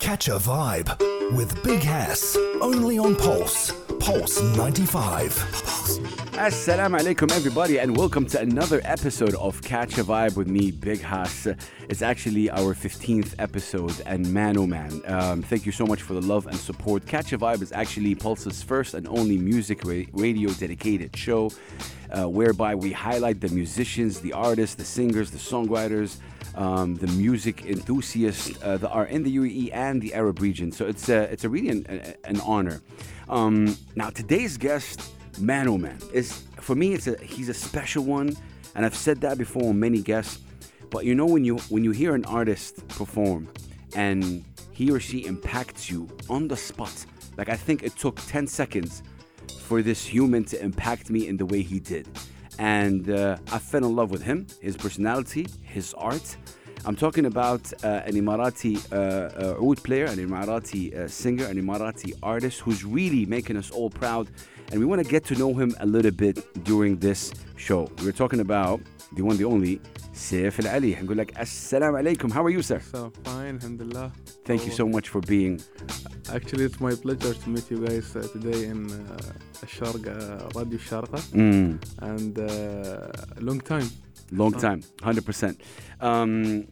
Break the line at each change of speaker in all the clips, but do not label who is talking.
Catch a vibe with Big Hass only on Pulse. Pulse 95.
Assalamu alaikum, everybody, and welcome to another episode of Catch a Vibe with me, Big Hass. It's actually our 15th episode, and man, oh man, um, thank you so much for the love and support. Catch a Vibe is actually Pulse's first and only music ra- radio dedicated show, uh, whereby we highlight the musicians, the artists, the singers, the songwriters, um, the music enthusiasts uh, that are in the UAE and the Arab region. So it's a, it's a really an, an- an honor. Um, now, today's guest man oh man is for me it's a he's a special one and i've said that before on many guests but you know when you when you hear an artist perform and he or she impacts you on the spot like i think it took 10 seconds for this human to impact me in the way he did and uh, i fell in love with him his personality his art I'm talking about uh, an Emirati uh, uh, oud player, an Emirati uh, singer, an Emirati artist who's really making us all proud. And we want to get to know him a little bit during this show. We're talking about the one, the only, Saif Al Ali. And good luck. Assalamu alaikum. How are you, sir?
So fine, alhamdulillah.
Thank you so much for being.
Actually, it's my pleasure to meet you guys uh, today in uh, Sharqa, Radio Sharqa,
Mm,
and uh, long time.
long time, 100%. Um,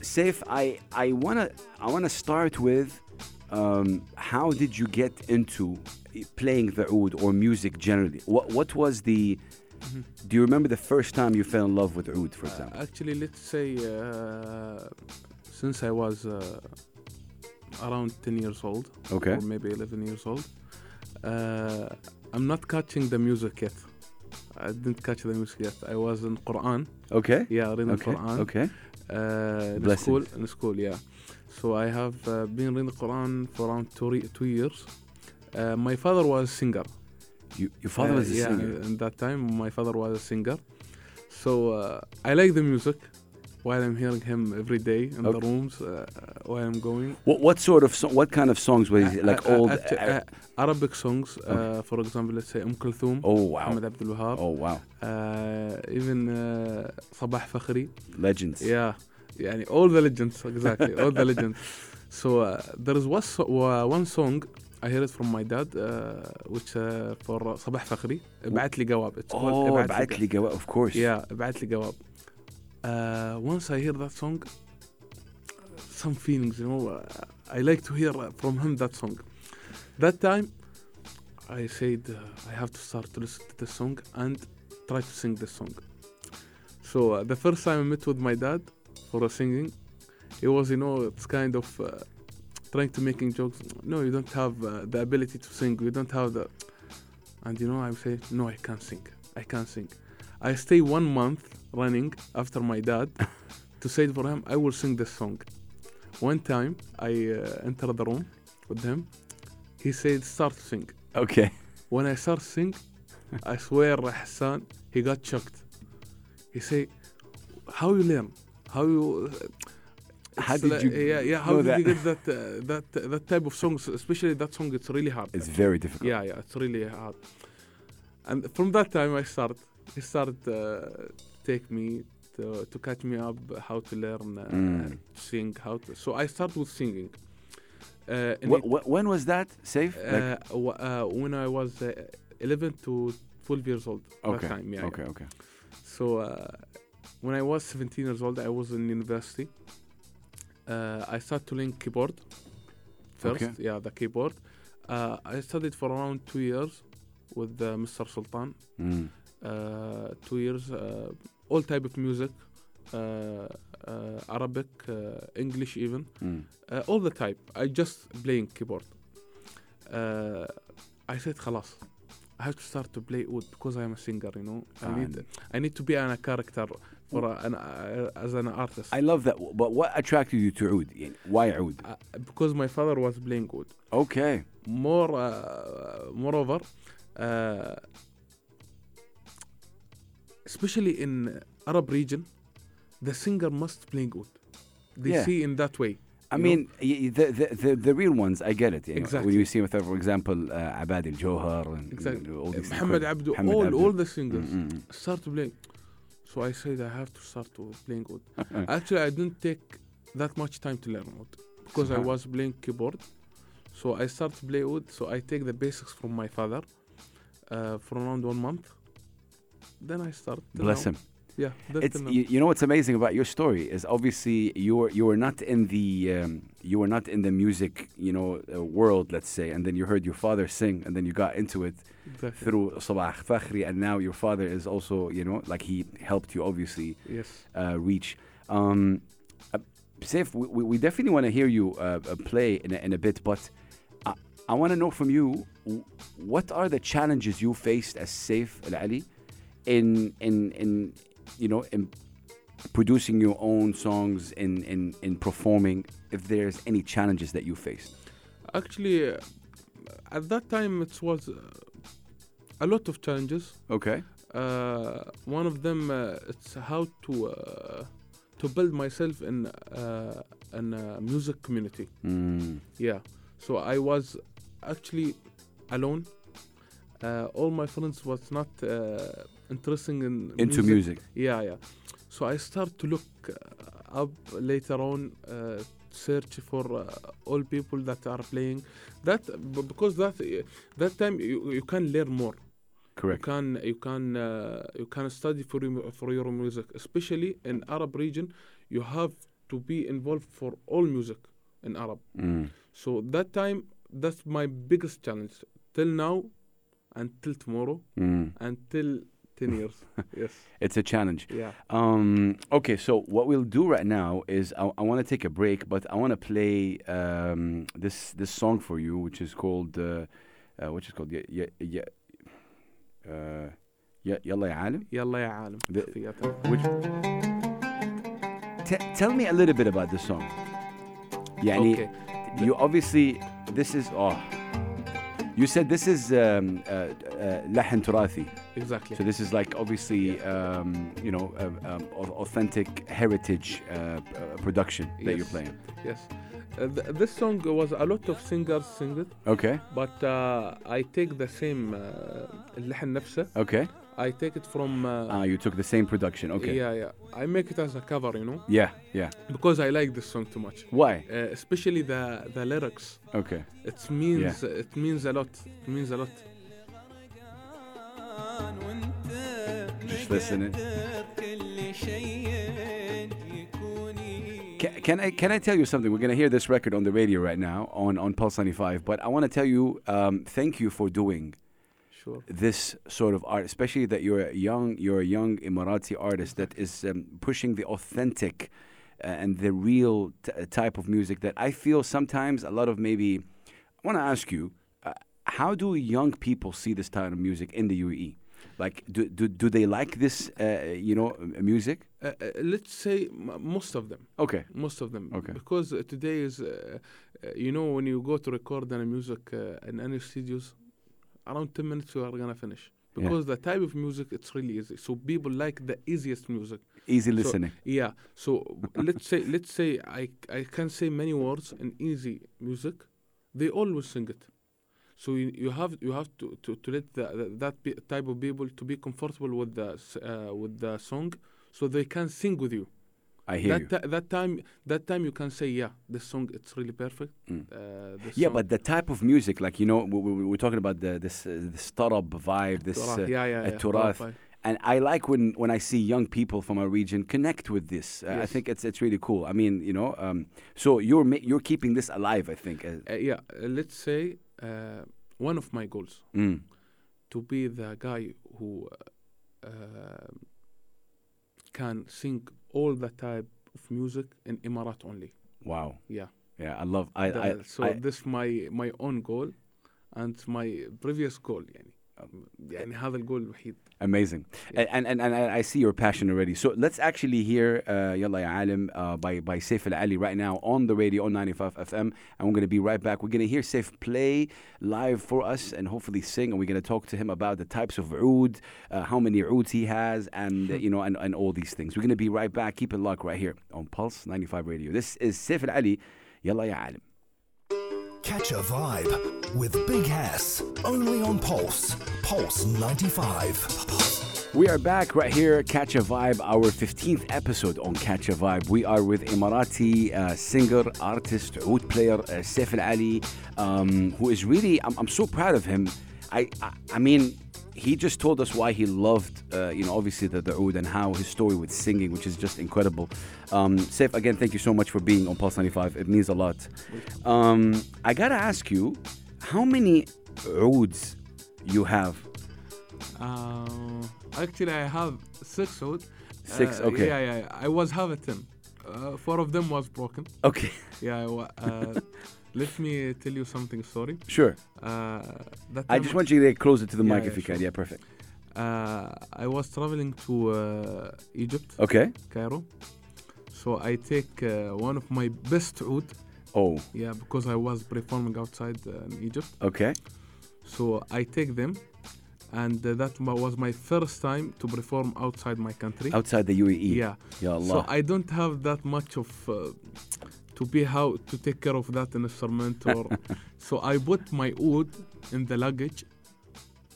Saif, I, I want to I wanna start with um, how did you get into playing the oud or music generally? What, what was the. Do you remember the first time you fell in love with oud, for
Uh,
example?
actually, let's say uh, since I was uh, around 10 years old,
okay.
or maybe 11 years old, uh, I'm not catching the music yet. I didn't catch the music yet. I was in Quran.
Okay.
Yeah, reading
Okay.
Quran.
Okay.
uh, in
Blessings.
school in school yeah so i have uh, been reading quran for around two, re- two years uh, my father was a singer
You, your father
Uh,
was a
yeah,
singer.
in that time my father was a singer so uh, i like the music while i'm hearing him every day in the
Okay.
rooms uh, while i'm going
What, what sort of so, what kind of songs were
I-
you, like
I- I-
old?
actu-
Arab-
uh, arabic songs uh, for example let's say um kulthum
oh wow!
Ahmed Abdul Wahab,
Oh wow!
uh, even uh, Sabah Fakhri,
Legends.
Yeah, يعني all the legends exactly all the legends. So uh, there is one, so- uh, one song I hear it from my dad uh, which uh, for صباح فخري ابعت لي جواب it's
Oh,
called
Ab'at Li Gawa, of course.
yeah ابعت لي جواب. Uh, once I hear that song some feelings you know uh, I like to hear uh, from him that song. That time I said uh, I have to start to listen to this song and try to sing this song. So uh, the first time I met with my dad for a singing, it was you know it's kind of uh, trying to making jokes. No, you don't have uh, the ability to sing. You don't have the, and you know I say no, I can't sing. I can't sing. I stay one month running after my dad to say for him I will sing this song. One time I uh, entered the room with him. He said start to sing.
Okay.
when I start sing, I swear Hassan, he got shocked. He say, how you learn? How you?
How
It's
did
like-
you
Yeah, yeah. How
know
did you
that?
get that uh, that that type of songs? Especially that song, it's really hard.
It's very difficult.
yeah, yeah, it's really hard. And from that time, I start. He started uh, take me to, to catch me up how to learn uh,
Mm.
to sing how to. So I start with singing. Uh, in
Wh- wh- when was that safe? Like-
uh, w- uh, when I was uh, 11 to 12 years old.
okay.
That time, yeah. yeah.
okay. Okay.
So uh, when I was 17 years old, I was in university. Uh, I started to learn keyboard first.
Okay.
Yeah, the keyboard. Uh, I studied for around two years with uh, Mr. Sultan.
Mm.
Uh, two years, uh, all type of music, uh, uh, Arabic, uh, English even
Mm.
uh, all the type I just playing keyboard uh, I said خلاص I have to start to play oud because I am a singer you know I
And-
need
Mm.
I need to be an, a character for a, an, uh, as an artist
I love that. But what attracted you to oud? يعني Why oud?
uh, because my father was playing oud
Okay.
more uh, moreover uh, especially in Arab region the singer must play oud they
Yeah.
see in that way
I
You
mean, y- y- the, the the the real ones, I get it. you know, When
Exactly.
you see, with, for example, uh, Abad al Johar and
Exactly.
all these
Muhammad
incredible-
Abdu
Muhammad
all
Abdu.
all the singers
Mm, mm,
start to playing. So I said I have to start to playing oud.
mm.
Actually, I didn't take that much time to learn oud. because I
Subhan-
was playing keyboard. So I start to play wood. So I take the basics from my father uh, for around one month. Then I start. till
Bless
now.
him.
Yeah, that's
It's
till now.
you, you know what's amazing about your story is obviously you were you were not in the um, you were not in the music you know uh, world let's say and then you heard your father sing and then you got into it
Exactly.
through Sabah Fakhri and now your father is also you know like he helped you obviously
Yes.
uh, reach. Um, uh, Saif, we, we- we definitely want to hear you uh, uh, play in a, in a bit, but I, I want to know from you w- what are the challenges you faced as Saif Al Ali in in in you know in producing your own songs in in in performing. If there's any challenges that you faced,
Actually, uh, at that time it was uh, a lot of challenges.
okay,
Uh, one of them uh, it's how to uh, to build myself in uh, in a music community.
mm.
Yeah. So I was actually alone. Uh, all my friends was not uh, interesting in
into music.
Yeah, yeah. So I start to look uh, up later on, uh, search for uh, all people that are playing. That b- because that uh, that time you, you can learn more.
correct.
You can you can uh, you can study for your, for your music, especially in Arab region. You have to be involved for all music in Arab.
Mm.
So that time, that's my biggest challenge till now, until tomorrow,
Mm.
until ten years. yes.
It's a challenge.
Yeah.
Um, okay, so what we'll do right now is I, I want to take a break, but I want to play um, this this song for you, which is called uh, uh, which is called yeah yeah yeah. Uh, Ya- Yalla Ya Alim.
يلا يا عالم.
The-
تحياتك.
Which, T- tell me a little bit about this song. يعني
Okay.
you obviously this is oh you said this is um, uh, uh, لحن تراثي.
Exactly.
So this is like obviously um, you know um, um, au- authentic heritage uh, uh, production that
Yes.
you're playing.
Yes. Uh, th- this song was a lot of singers sing it,
Okay.
but uh, I take the same uh, اللحن نفسه.
Okay.
I take it from. Uh,
Ah, you took the same production. Okay.
Yeah, yeah. I make it as a cover, you know,
Yeah. Yeah.
because I like this song too much.
Why?
Uh, especially the the lyrics.
Okay.
It means it means a lot. It means a lot.
Just listen it. Can, can I can I tell you something? We're gonna hear this record on the radio right now on on Pulse 95. But I want to tell you um, thank you for doing
Sure.
this sort of art, especially that you're a young, you're a young Emirati artist that is um, pushing the authentic uh, and the real t- uh, type of music that I feel sometimes a lot of maybe. I want to ask you, uh, how do young people see this type of music in the UAE? Like, do do, do they like this, uh, you know, m- music?
Uh, uh, let's say m- most of them.
Okay,
Most of them.
Okay.
Because uh, today is, uh, uh, you know, when you go to record any music uh, in any studios, around 10 minutes you are going to finish.
Yeah.
Because the type of music, it's really easy. So people like the easiest music.
easy listening.
Yeah. So let's say, let's say I, I can say many words in easy music. They always sing it. So you, you have you have to, to, to let the, the, that pe- type of people to be comfortable with the s- uh, with the song, so they can sing with you
I hear you.
that, ti- that time that time you can say yeah this song it's really perfect
Mm.
uh, this
Yeah,
song-
but the type of music, like you know, we, we, we're talking about the this uh, this tarab vibe, this
Turath,
uh,
yeah, yeah,
a
yeah,
turath.
Turath,
and I like when when I see young people from our region connect with this. Uh, I
Yes.
think it's it's really cool. I mean, you know, um, so you're ma- you're keeping this alive. I think. Uh,
uh, yeah uh, let's say uh, one of my goals
mm,
to be the guy who uh, um, can sing all the type of music in Emirat only
wow.
yeah
Yeah, I love. I, I,
The- so
I
this my my own goal and my previous goal يعني يعني هذا الجول الوحيد
amazing.
Yeah.
And, and and I I see your passion already. So let's actually hear uh, "Yalla Ya Alim" uh, by by Saif Al Ali right now on the radio on 95 FM, and we're gonna be right back. We're gonna hear Saif play live for us and hopefully sing, and we're gonna talk to him about the types of oud, uh, how many ouds he has, and uh, you know, and, and all these things. We're gonna be right back. Keep it locked right here on Pulse 95 Radio. This is Saif Al Ali. "Yalla Ya Alim."
Catch a vibe with Big Hass only on Pulse. Pulse 95.
We are back right here, Catch a Vibe, our 15th episode on Catch a Vibe. We are with Emirati uh, singer, artist, oud player uh, Saif Al Ali, um, who is really, I'm, I'm so proud of him. I, I, I mean, he just told us why he loved, uh, you know, obviously the, the oud and how his story with singing, which is just incredible. Um, Saif, again, thank you so much for being on Pulse 95. It means a lot. Um, I gotta ask you, how many ouds you have?
Uh, actually, I have six out.
Six,
Uh,
okay.
Yeah, yeah, yeah. I was have a ten. Uh, four of them was broken.
Okay,
Yeah. I wa- Uh, let me tell you something. Sorry.
sure.
Uh, that
I
time
just want you to close it to the
Yeah,
mic
yeah,
if you can.
sure.
Yeah, perfect.
Uh, I was traveling to uh, Egypt,
Okay.
Cairo. So I take uh, one of my best oud.
Oh,
Yeah, because I was performing outside uh, in Egypt.
okay.
So I take them, and uh, that ma- was my first time to perform outside my country.
Outside the UAE.
Yeah.
Ya
So
Allah.
I don't have that much of uh, to be how to take care of that instrument or so I put my oud in the luggage.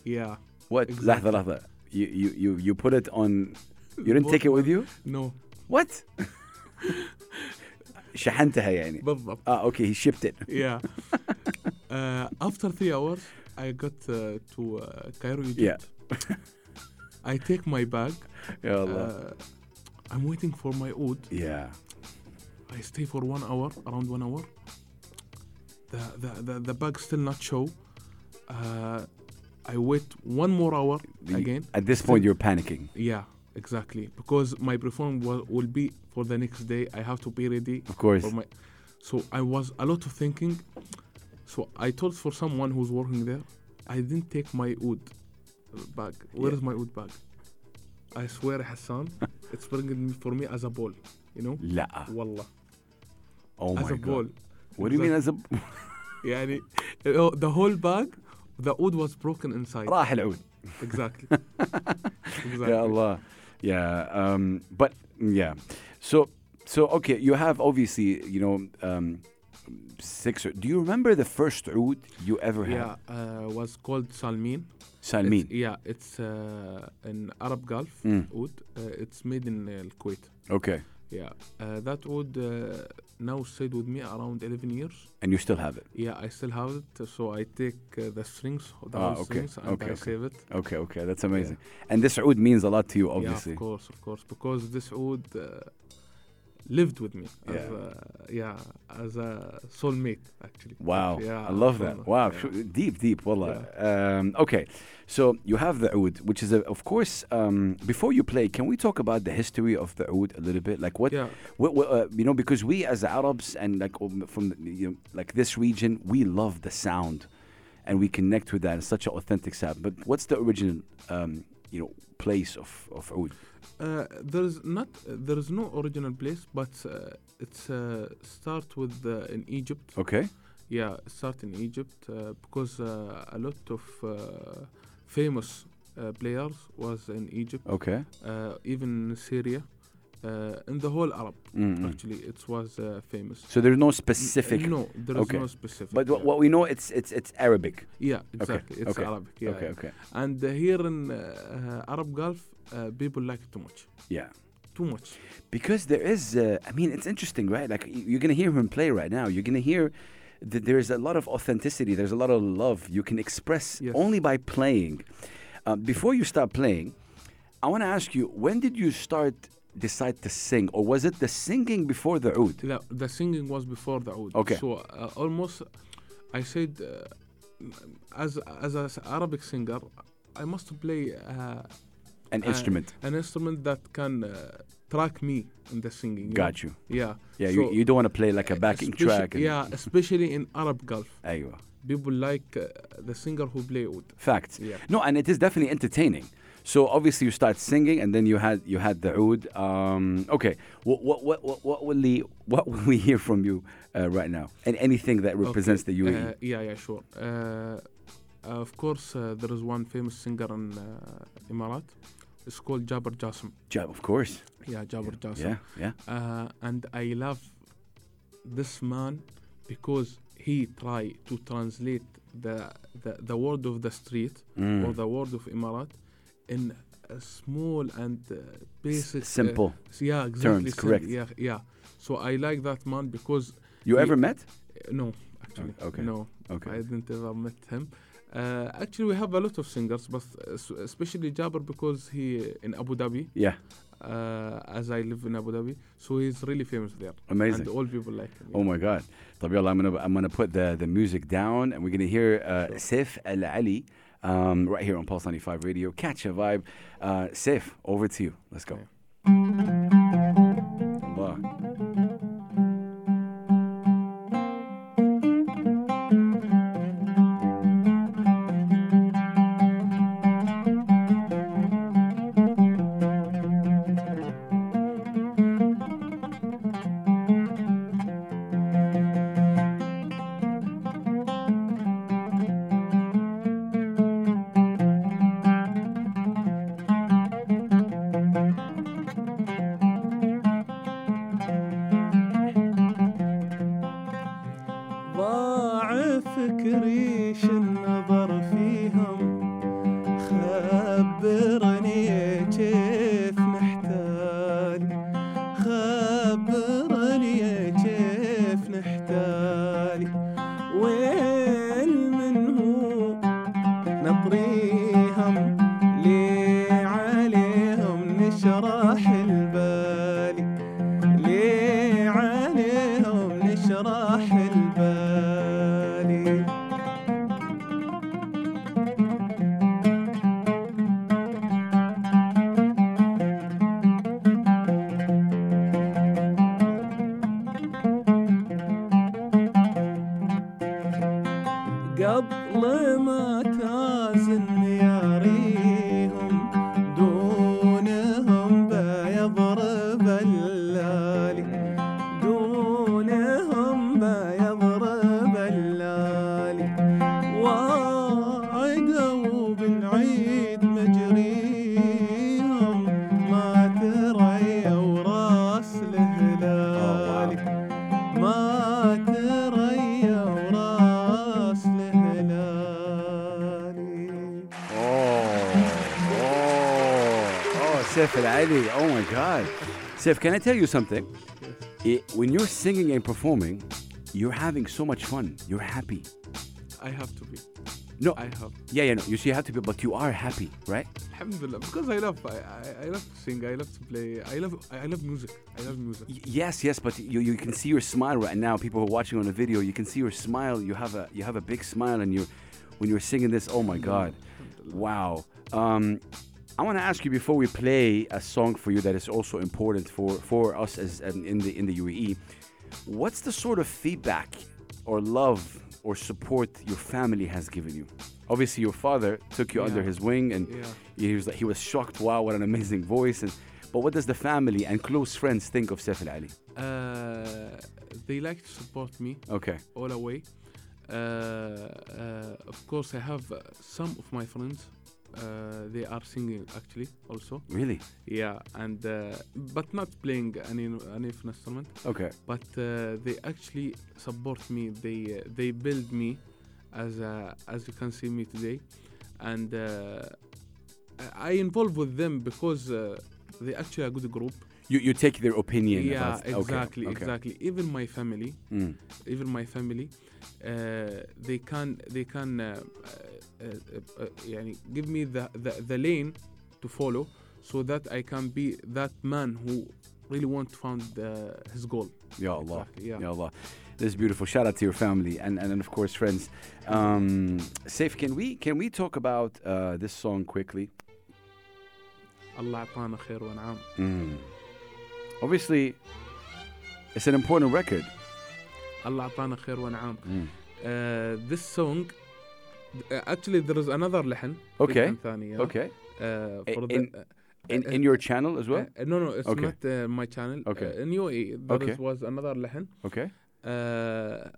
Yeah.
what?
exactly.
لحظة لحظة. You, you, you, you put it on. You didn't take it with you?
No.
What? شحنتها يعني.
بالضبط.
Ah, okay. He shipped it.
Yeah. uh, after three hours, I got uh, to uh, Cairo, Egypt.
Yeah.
I take my bag.
Ya Allah.
Uh, I'm waiting for my oud.
yeah.
I stay for one hour, around one hour. The the the, the bag still not show. Uh, I wait one more hour
The-
again.
At this point, you're panicking.
Yeah, exactly. Because my performance will, will be for the next day. I have to be ready
Of course.
for Oh my. So I was a lot of thinking. So I told for someone who's working there, I didn't take my wood bag. Where is
Yeah.
my wood bag? I swear, Hassan, it's bringing for me as a ball. You know,
لا.
wallah,
Oh
as
my
a
God.
ball.
What do you mean as a
يعني oh, the whole bag the wood was broken inside
راح العود.
exactly exactly
Yeah, Allah. Yeah. Um, but yeah. So so okay, you have obviously, you know, um, six or- do you remember the first oud you ever
yeah
had?
uh, was called salmin It's, e-
Salmin.
yeah it's uh, an arab gulf
Mm.
wood uh, it's made in uh, kuwait
Okay.
yeah uh, that wood uh, now stayed with me around 11 years
And you still have it.
yeah i still have it so i take uh, the strings the
Ah,
whole
okay,
strings and
okay,
i
okay.
save it
Okay, okay. That's amazing. And this oud means a lot to you obviously.
yeah of course of course because this wood uh, lived with me as
Yeah.
a, yeah as a soulmate actually
Wow.
yeah
I love
soulmate,
that. Wow.
yeah.
Sure. Deep, deep. Wallah. Um, okay. So you have the oud, which is, a, of course, um, before you play, can we talk about the history of the oud a little bit? Like what,
Yeah.
what, what uh, you know, because we as Arabs and like um, from, the, you know, like this region, we love the sound and we connect with that. It's such an authentic sound. But what's the original, um, you know, place of, of oud?
Uh, there is not there is no original place but uh, it's uh, start with uh, in egypt
Okay.
yeah start in egypt uh, because uh, a lot of uh, famous uh, players was in egypt
Okay.
uh, even syria uh, in the whole arab
Mm-mm.
actually it was uh, famous
So there's Mm-hmm. no Mm. specific.
No, there is
Okay.
no specific.
But
yeah.
what, what we know, it's it's it's Arabic.
Yeah, exactly. It's
okay,
Arabic. Yeah.
okay,
yeah.
okay.
And uh, here in uh, uh, Arab Gulf, uh, people like it too much.
Yeah.
Too much.
because there is uh, i mean it's interesting right like y- you're gonna hear him play right now you're gonna hear that there's a lot of authenticity there's a lot of love you can express
Yes.
only by playing uh, before you start playing i want to ask you when did you start decide to sing or was it the singing before the oud
The, the singing was before the oud.
Okay.
So uh, almost, I said, uh, as as an Arabic singer, I must play uh,
an
Uh,
instrument
an instrument that can uh, track me in the singing. you know?
got you
Yeah.
yeah
So,
you, you don't want to play like a backing
especially-
track and-
Yeah, especially in Arab Gulf,
أيوة.
people like uh, the singer who play oud.
Facts.
Yeah.
No, and it is definitely entertaining. So obviously you start singing, and then you had you had the oud. Um, okay, what what what what what will we what will we hear from you uh, right now? And anything that represents the E? UAE.
Uh, yeah, yeah, sure. Uh, of course, uh, there is one famous singer in uh, Emirat. It's called Jabir Jassim.
Ja- of course.
Yeah, Jabir
Yeah,
Jassim.
yeah.
Uh, and I love this man because he try to translate the the, the word of the street
Mm.
or the word of Emirat in uh, small and uh, basic. uh,
Simple.
yeah, exactly. sim-
correct.
Yeah, yeah. So I like that man because
You
we-
ever met?
uh, no, actually,
Oh, okay.
no, I
Okay.
didn't ever met him. Uh, actually, we have a lot of singers, but uh, s- especially Jabir because he in Abu Dhabi,
Yeah.
uh, as I live in Abu Dhabi, so he's really famous there.
Amazing.
And all people like him.
Oh my God. طب يلا I'm gonna I'm gonna put the, the music down and we're gonna hear uh, Sif Al Ali um, right here on Pulse 95 Radio. Catch a vibe. Uh, Sif, over to you. Let's go. Allah.
ضاع فكريش النظر فيهم خبرني كيف نحتال خبرني كيف نحتال وين من هو نطريهم لي عليهم نشرح البالي ليه عليهم نشرح البالي قبل ما تازن ياريهم دونهم بيضرب اللالي دونهم بيضرب اللالي وعدوا بالعيد مجريهم ما تريوا راس الهلال ما تريا وراس الهلالي
Oh, oh, Sif Al Ali. Oh my God. Sif, can I tell you something? It- when you're singing and performing, you're having so much fun. You're happy.
I have to be.
No,
I have.
yeah, yeah, no. You see, you have to be, but you are happy, right?
Alhamdulillah, because I love, I, I, I love to sing, I love to play, I love, I love music, I love music.
Y- Yes, yes, but you, you can see your smile right now. People who are watching on the video, you can see your smile. You have a you have a big smile, and you when you're singing this, oh my god, wow. Um, I want to ask you before we play a song for you that is also important for for us as um, in the in the UAE. What's the sort of feedback or love or support your family has given you? Obviously, your father took you under
Yeah.
his wing, and
Yeah.
he was like, he was shocked. Wow, what an amazing voice! And but what does the family and close friends think of Saif Al Ali?
Uh, they like to support me
Okay.
all the way. Uh, uh, of course, I have uh, some of my friends. Uh, they are singing actually also.
Really?
Yeah, and uh, but not playing any any instrument.
Okay.
but uh, they actually support me. They uh, they build me, as uh, as you can see me today, and uh, I- I involve with them because uh, they actually a good group.
You, you take their opinion.
yeah,
about, okay,
exactly,
okay.
exactly. Even my family,
Mm.
even my family, uh, they can they can uh, uh, uh, uh, يعني give me the, the the lane to follow so that I can be that man who really want to find uh, his goal.
Ya Allah.
Exactly, yeah.
Ya Allah. This is beautiful. Shout out to your family and, and, and of course friends. Um, Saif, can we can we talk about uh, this song quickly?
الله أعطانا خير ونعم.
Mm. Obviously, it's an important record.
الله أعطانا خير ونعم.
Mm.
Uh, this song uh, actually there is another لحن.
Okay.
لحن ثاني. yeah.
Okay.
Uh,
I-
for
in-
the,
In, in your channel as
uh,
well.
uh, no no it's
Okay.
not uh, my channel.
Okay.
Uh, in UAE there
Okay.
is, was another لحن.
Okay.
Uh,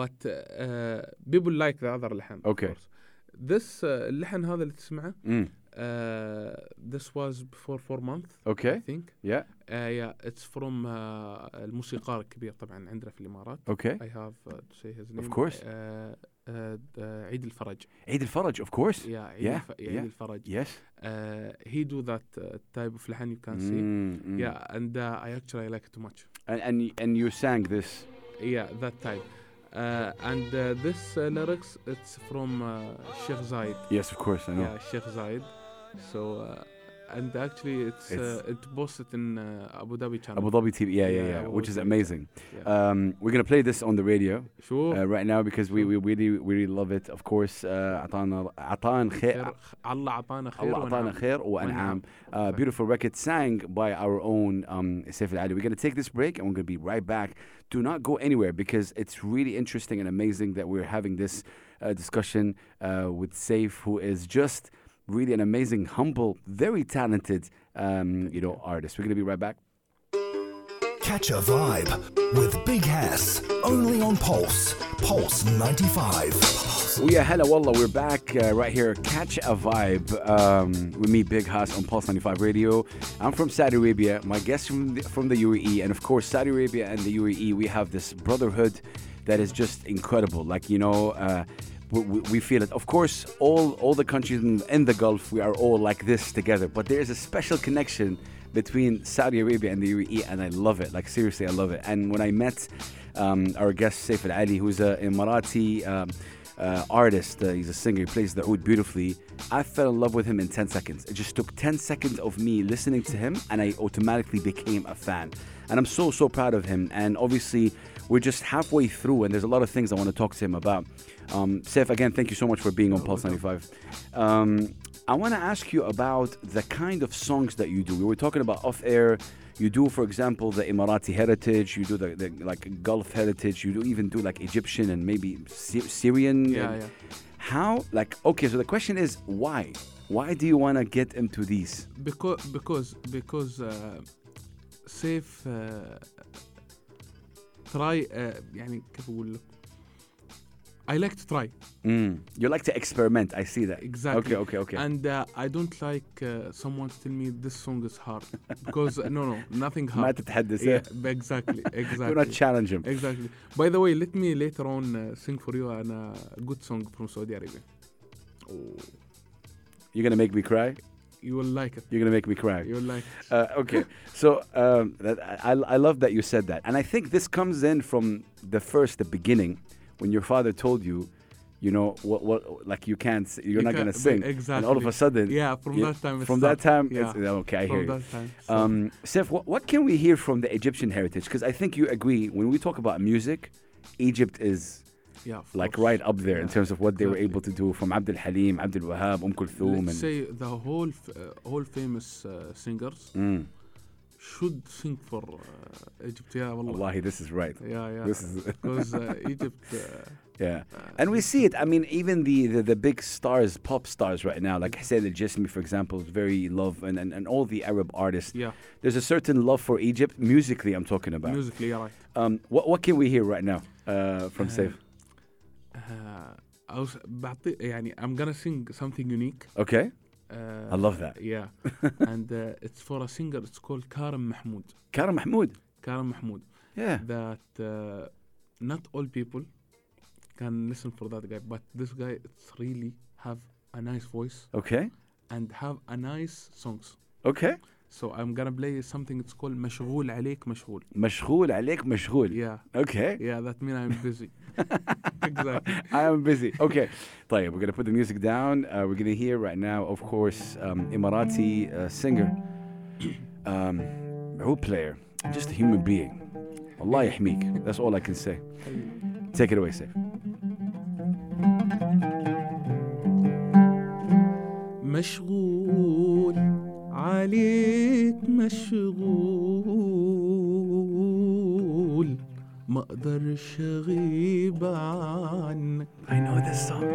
but uh, people like the other لحن. of
Okay.
course. This uh, اللحن هذا اللي تسمعه
Mm.
uh, this was before four months I
Okay.
think.
Yeah.
Uh, yeah it's from uh, الموسيقار الكبير طبعا عندنا في الإمارات.
Okay.
I have uh, to say his name.
Of course.
Uh, uh, uh, Eid al-Faraj.
Eid al-Faraj, of course.
Yeah, Eid,
Yeah,
al-Fa-
yeah.
Eid al-Faraj.
Yes.
Uh, he do that uh, type of lahan you can see.
Mm, mm.
Yeah, and uh, I actually like it too much.
And, and y- and you sang this.
Yeah, that type. Uh, and uh, this uh, lyrics, it's from uh, Sheikh Zayed.
Yes, of course, I know.
Yeah, Sheikh Zayed. So, uh, and actually, it's, uh,
It's-
it posted in uh, Abu Dhabi channel.
Abu Dhabi TV. Yeah, yeah, yeah.
Yeah, Abu
which
Dhabi
is
TV.
amazing.
yeah.
Um, we're gonna play this on the radio
sure.
uh, right now because we, we really we really love it. Of course, uh, عطانا عطان خير
خير- الله عطانا خير
Allah عطانا
ونعم.
خير وأنعام. Uh, beautiful record sang by our own um, Saif Al Ali. We're going to take this break and we're going to be right back. Do not go anywhere because it's really interesting and amazing that we're having this uh, discussion uh, with Saif, who is just really an amazing, humble, very talented, um, you know, artist. We're going to be right back.
Catch a vibe with Big Hass only on Pulse. Pulse 95.
We are Hella Wallah. We're back uh, right here. Catch a vibe um, with me, Big Hass, on Pulse 95 Radio. I'm from Saudi Arabia. My guest from the, from the UAE, and of course, Saudi Arabia and the UAE, we have this brotherhood that is just incredible. Like you know. Uh, we, we we feel it. Of course, all all the countries in, in the Gulf, we are all like this together. But there is a special connection between Saudi Arabia and the UAE, and I love it. Like seriously, I love it. And when I met um, our guest Saif Al Ali, who's a Emirati um, uh, artist, uh, he's a singer. He plays the oud beautifully. I fell in love with him in 10 seconds. It just took 10 seconds of me listening to him, and I automatically became a fan. And I'm so so proud of him. And obviously, we're just halfway through, and there's a lot of things I want to talk to him about. Um, Saif, again, thank you so much for being on Pulse 95. Um, I want to ask you about the kind of songs that you do. We were talking about off air. You do, for example, the Emirati heritage. You do the, the like Gulf heritage. You do even do like Egyptian and maybe Sy- Syrian.
Yeah,
and
yeah.
How? Like, okay. So the question is, why? Why do you want to get into these?
because because because uh, سيف uh, try uh, يعني كيف اقول لك I like to try
Mm. You like to experiment. I see that. Okay.
exactly
Okay. Okay.
and uh, I don't like uh, someone to tell me this song is hard because uh, no no nothing
ما
hard
تتحدث.
yeah, exactly
Do eh? uh, not
exactly
challenge him.
exactly by the way let me later on uh, sing for you an uh, good song from Saudi Arabia oh,
You're gonna make me cry.
you will like it
You're gonna make me cry.
you will like it.
Uh, okay, so um, that, I, I love that you said that, and I think this comes in from the first, the beginning, when your father told you, you know, what, what, like you can't, s- you're
You
not
can't-
gonna sing, and all of
exactly.
a sudden,
yeah from
you-
that time it
from that
started.
time,
yeah.
it's, okay, I hear
from
you.
that time so-
Um, Sef, what, what can we hear from the Egyptian heritage? Because I think you agree when we talk about music, Egypt is
Yeah, of
like
course.
right up there in
Yeah,
terms of what they were
exactly.
able to do from Abdul Halim, Abdul Wahab, Um Kulthum,
Let's
and
say the whole f- uh, whole famous uh, singers
Mm.
should sing for uh, Egypt. Yeah, والله.
Wallahi, this is right.
Yeah, yeah.
This is
because uh, Egypt. Uh,
Yeah. And we see it. I mean, even the, the, the big stars, pop stars right now, like Hussein al Jismi, for example, is very love, and, and, and all the Arab artists.
yeah,
There's a certain love for Egypt, musically, I'm talking about.
musically, you're right.
Um, what, what can we hear right now uh, from Saif?
Uh, I was بعطي يعني I'm gonna sing something unique.
Okay.
Uh,
I love that.
Yeah, and uh, it's for a singer. It's called Karim Mahmoud.
Karim Mahmoud.
Karim Mahmoud.
Yeah.
That uh, not all people can listen for that guy, but this guy it's really have a nice voice.
Okay.
and have a nice songs.
Okay.
So I'm gonna play something it's called مشغول عليك مشغول.
مشغول عليك مشغول.
Yeah,
Okay.
yeah, that means I'm busy. exactly.
I am busy. Okay. طيب, we're going to put the music down. Uh, we're going to hear right now, of course, um, Emirati uh, singer, um, who player, just a human being. Allah يحميك. That's all I can say. Take it away, Saif.
مشغول عليك مشغول ما اقدرش اغيب عنك
I know this song.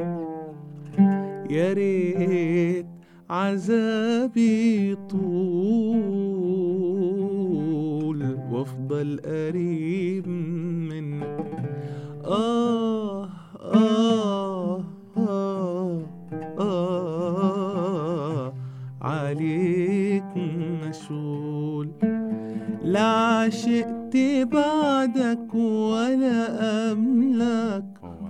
يا ريت عذابي طول وافضل قريب منك آه آه آه آه عليك مشغول لا عشقت بعدك ولا أملك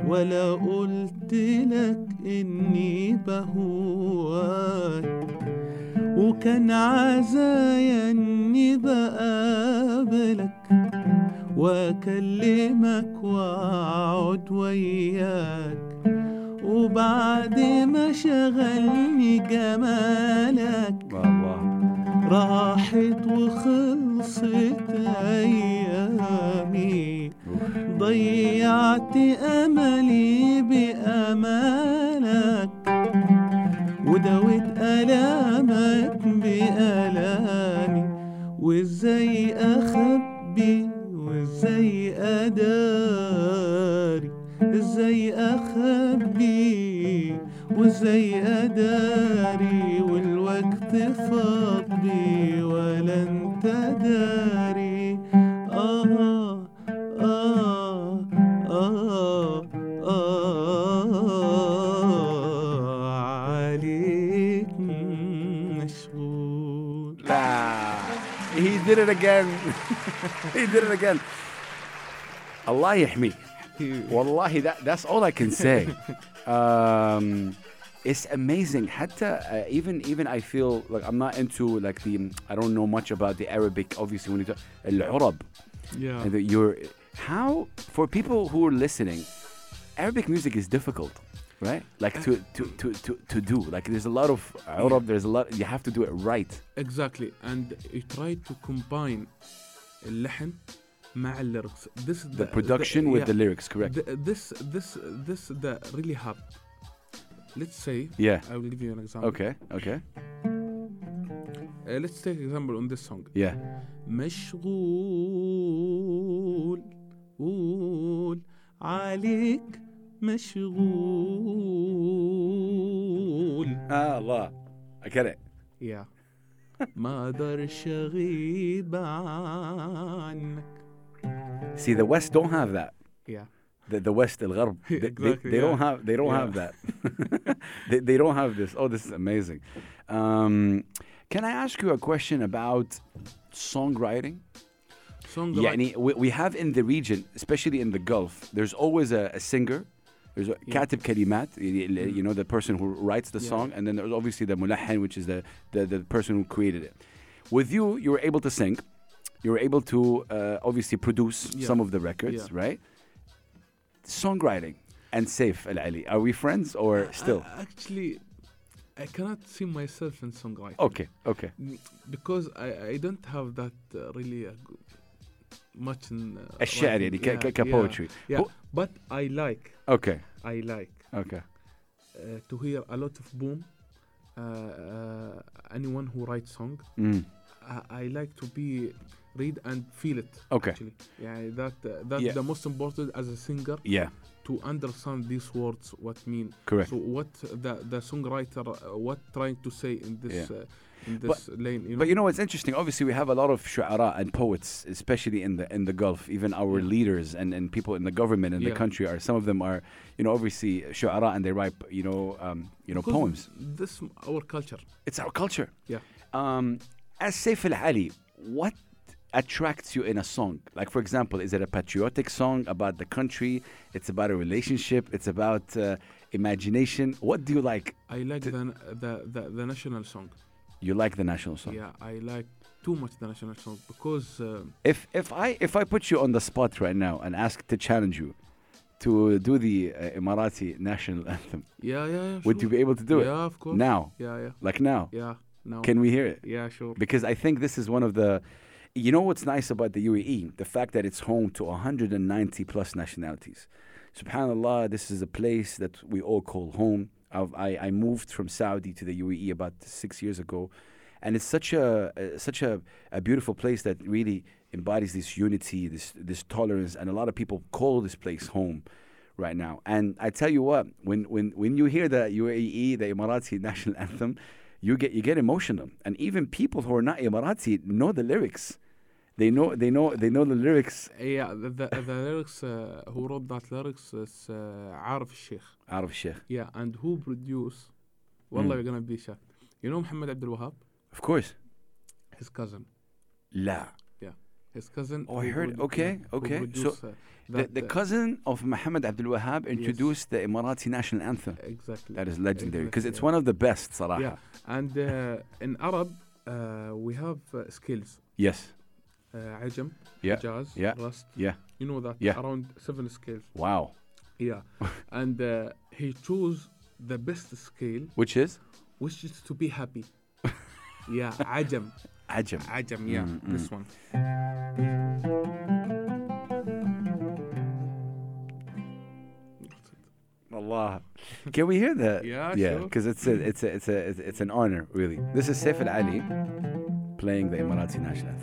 ولا
قلت لك إني بهواك وكان عزايا إني بقابلك وأكلمك وأقعد وياك وبعد ما شغلني جمالك
الله
راحت وخلصت أيامي ضيعت أملي بأمالك ودوت ألامك بألامي وإزاي أخبي وإزاي أداري إزاي أخبي وإزاي أداري والوقت فاض بي ولا أنت داري آه آه آه آه عليك مشغول
لا he did it again he did it again الله يحميه والله that, that's all I can say um, it's amazing حتى uh, even even I feel like I'm not into like the I don't know much about the Arabic obviously when you talk العرب
Yeah.
and that you're how for people who are listening arabic music is difficult right like to to to to, to do like there's a lot of arab there's a lot you have to do it right
Exactly, and you try to combine اللحن مع lyrics. This
the production with the lyrics correct
the, this this this the really hard. Let's say
yeah
I will give you an example.
okay okay
Uh, let's take example on this song.
yeah
مشغول قول عليك مشغول
Ah, allah i get it
Yeah.
ما اقدرش اغيب عنك
see the west don't have that
Yeah.
the, the West, El Gharb, they,
Exactly,
they, they don't
yeah.
have they don't
Yeah.
have that. they, they don't have this. Oh, this is amazing. Um, can I ask you a question about songwriting?
Song
يعني we, we have in the region, especially in the Gulf, there's always a, a singer. There's a
Yeah.
كاتب كلمات, y- y- you know, the person who writes the
Yeah.
song, and then there's obviously the ملحن, which is the, the, the person who created it. With you, you were able to sing. You were able to uh, obviously produce
Yeah.
some of the records,
Yeah.
right? Songwriting and Saif Al Ali, are we friends
Uh,
or still?
I- actually, I cannot see myself in songwriting.
Okay, okay,
Mm, because I, I don't have that uh, really uh, g- much in uh,
الشعر
writing.
يعني ك- ك-
Yeah, yeah,
كpoetry.
yeah.
Who-
but I like
okay,
I like
okay.
uh, to hear a lot of boom uh, uh, anyone who writes song
Mm.
I, I like to be read and feel it
Okay.
actually yeah that uh, that
Yeah.
the most important as a singer
Yeah,
to understand these words what mean
correct.
so what the the songwriter uh, what trying to say in this uh, in this lane you know
But you know what's interesting? Obviously, we have a lot of shu'ara and poets, especially in the in the Gulf. Even our leaders and, and people in the government and the
Yeah.
country are some of them are, you know, obviously shu'ara and they write, you know, um, you know,
Because
poems.
this our culture
It's our culture.
Yeah.
Um, as Saif Al Ali, what attracts you in a song? Like, for example, is it a patriotic song about the country? It's about a relationship. It's about uh, imagination. What do you like?
I like the, the, the, the national song.
You like the national song.
Yeah, I like too much the national song because uh,
If if I if I put you on the spot right now and ask to challenge you to do the uh, Emirati national anthem,
yeah, yeah, yeah.
would you
sure.
be able to do
Yeah, of
it
course.
now?
Yeah, yeah,
Like now?
yeah. No.
Can we hear it?
yeah, sure.
Because I think this is one of the you know what's nice about the UAE? The fact that it's home to 190 plus nationalities. Subhanallah, this is a place that we all call home. I've, I, I moved from Saudi to the UAE about six years ago, and it's such a, uh, such a, a beautiful place that really embodies this unity, this this tolerance, and a lot of people call this place home right now. And I tell you what, when when when you hear the UAE, E, the Emirati national anthem, you get you get emotional, and even people who are not Emirati know the lyrics. They know they know they know the lyrics
Yeah, the, the, the lyrics, uh, who wrote that lyrics is uh, عارف الشيخ.
out of Sheikh.
Yeah, and who produce,
Hmm.
والله we're gonna be shocked. You know Muhammad Abdul Wahab?
Of course.
His cousin.
لا
Yeah. his cousin.
Oh, I
who
heard-
produ-
okay,
who
okay. So
produced, uh,
The,
that,
the
uh,
cousin of Muhammad Abdul Wahab introduced the Emirati national anthem.
exactly.
That is legendary because it's
Exactly.
one of the best, Salah.
Yeah, and uh, in Arab uh, we have uh, skills.
Yes.
Uh, عجم,
Yeah,
jazz,
yeah,
rust.
yeah.
You know that
Yeah.
around seven scales.
Wow.
Yeah, and uh, he chose the best scale,
Which is?
which is to be happy. yeah, عجم,
Ajam.
عجم. Yeah,
Mm,
this one.
Allah. Can we hear that?
Yeah,
Yeah,
sure.
because it's a, it's a, it's a, it's, it's an honor, really. This is Saif Al Ali playing the Emirati national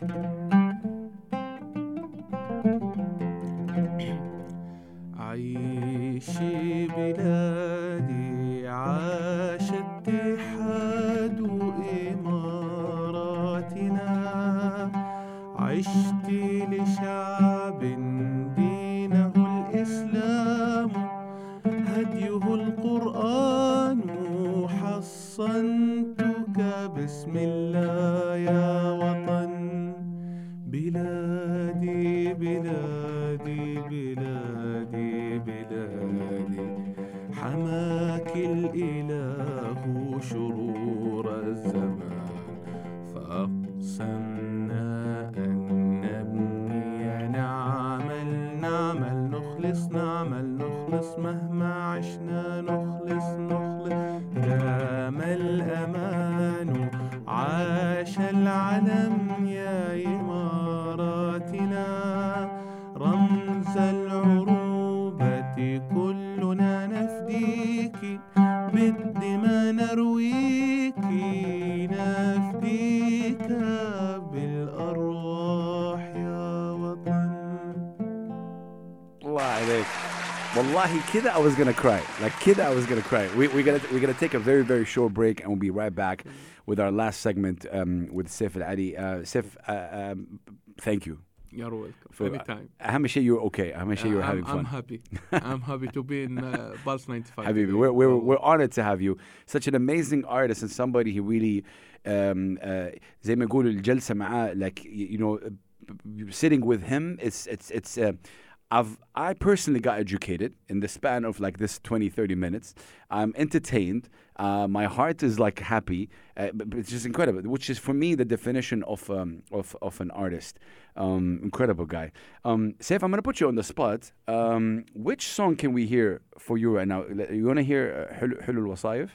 anthem.
عيشي بلادي عاش اتحاد إماراتنا عشت لشعب دينه الإسلام هديه القرآن حصنتك بسم الله يا وطن بلادي بلادي بلادي بلادي حماك الإله شرور الزمان فأقسمنا أن نبني نعمل نعمل نخلص نعمل نخلص مهما عشنا نخلص نخلص دام الأمان عاش العلم يا إماراتنا رمز العروبة كلنا نفديك بالدماء نرويك نفديك بالأرواح يا وطن
Allah عليك. Wallahi, kida, I was gonna cry. Like kida, I was gonna cry. We, we're gonna we're gonna take a very very short break, and we'll be right back with our last segment um, with Saif Al Ali. Uh, Saif, uh, um, thank you.
You're welcome.
For-
Anytime.
أهم شيء you're okay. أهم شيء you're
I'm,
having
I'm
fun.
happy. I'm happy to be in uh, Pulse 95.
Habibi,
today.
we're, we're,
Well,
we're honored to have you. Such an amazing artist and somebody who really, um, uh, زي ما يقولوا الجلسة معاه, like, y- you know, uh, b- b- sitting with him, it's, it's, it's, uh, I've, I personally got educated in the span of like this 20, 30 minutes. I'm entertained. Uh, my heart is like happy. Uh, b- b- it's just incredible, which is for me the definition of um, of, of an artist. Um, incredible guy. Um, Saif, I'm going to put you on the spot. Um, which song can we hear for you right now? L- You want to hear uh, Hul- Hulul Wasaif?